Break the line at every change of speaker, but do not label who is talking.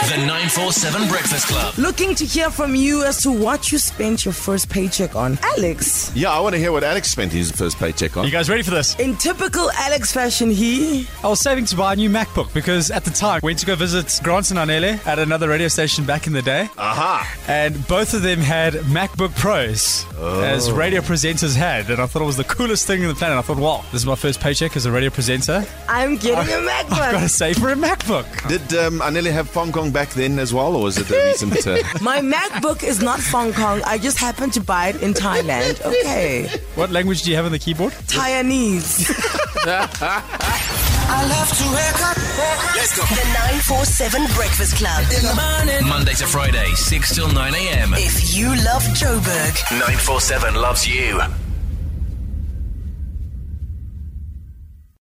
947 Breakfast Club.
Looking to hear from you as to what you spent your first paycheck on. Alex,
Yeah, I want to hear what Alex spent his first paycheck on.
You guys ready for this?
in typical Alex fashion, he.
I was saving to buy a new MacBook because at the time went to go visit Grant and Anele at another radio station back in the day,
Aha!
and both of them had MacBook Pros as radio presenters had, and I thought it was the coolest thing in the planet. I thought, wow, this is my first paycheck as a radio presenter.
I'm getting a
I've got to
MacBook.
save for a MacBook.
Did um, Anele have Hong Kong back then as well, or was it a recent? Uh...
My MacBook is not Hong Kong. I just happened to buy it in Thailand. Okay.
What language do you have on the keyboard?
Taiwanese.
I love to wake up.
Let's go.
The 947 Breakfast Club.
Monday to Friday, 6 till 9 a.m.
If you love Joburg,
947 loves you.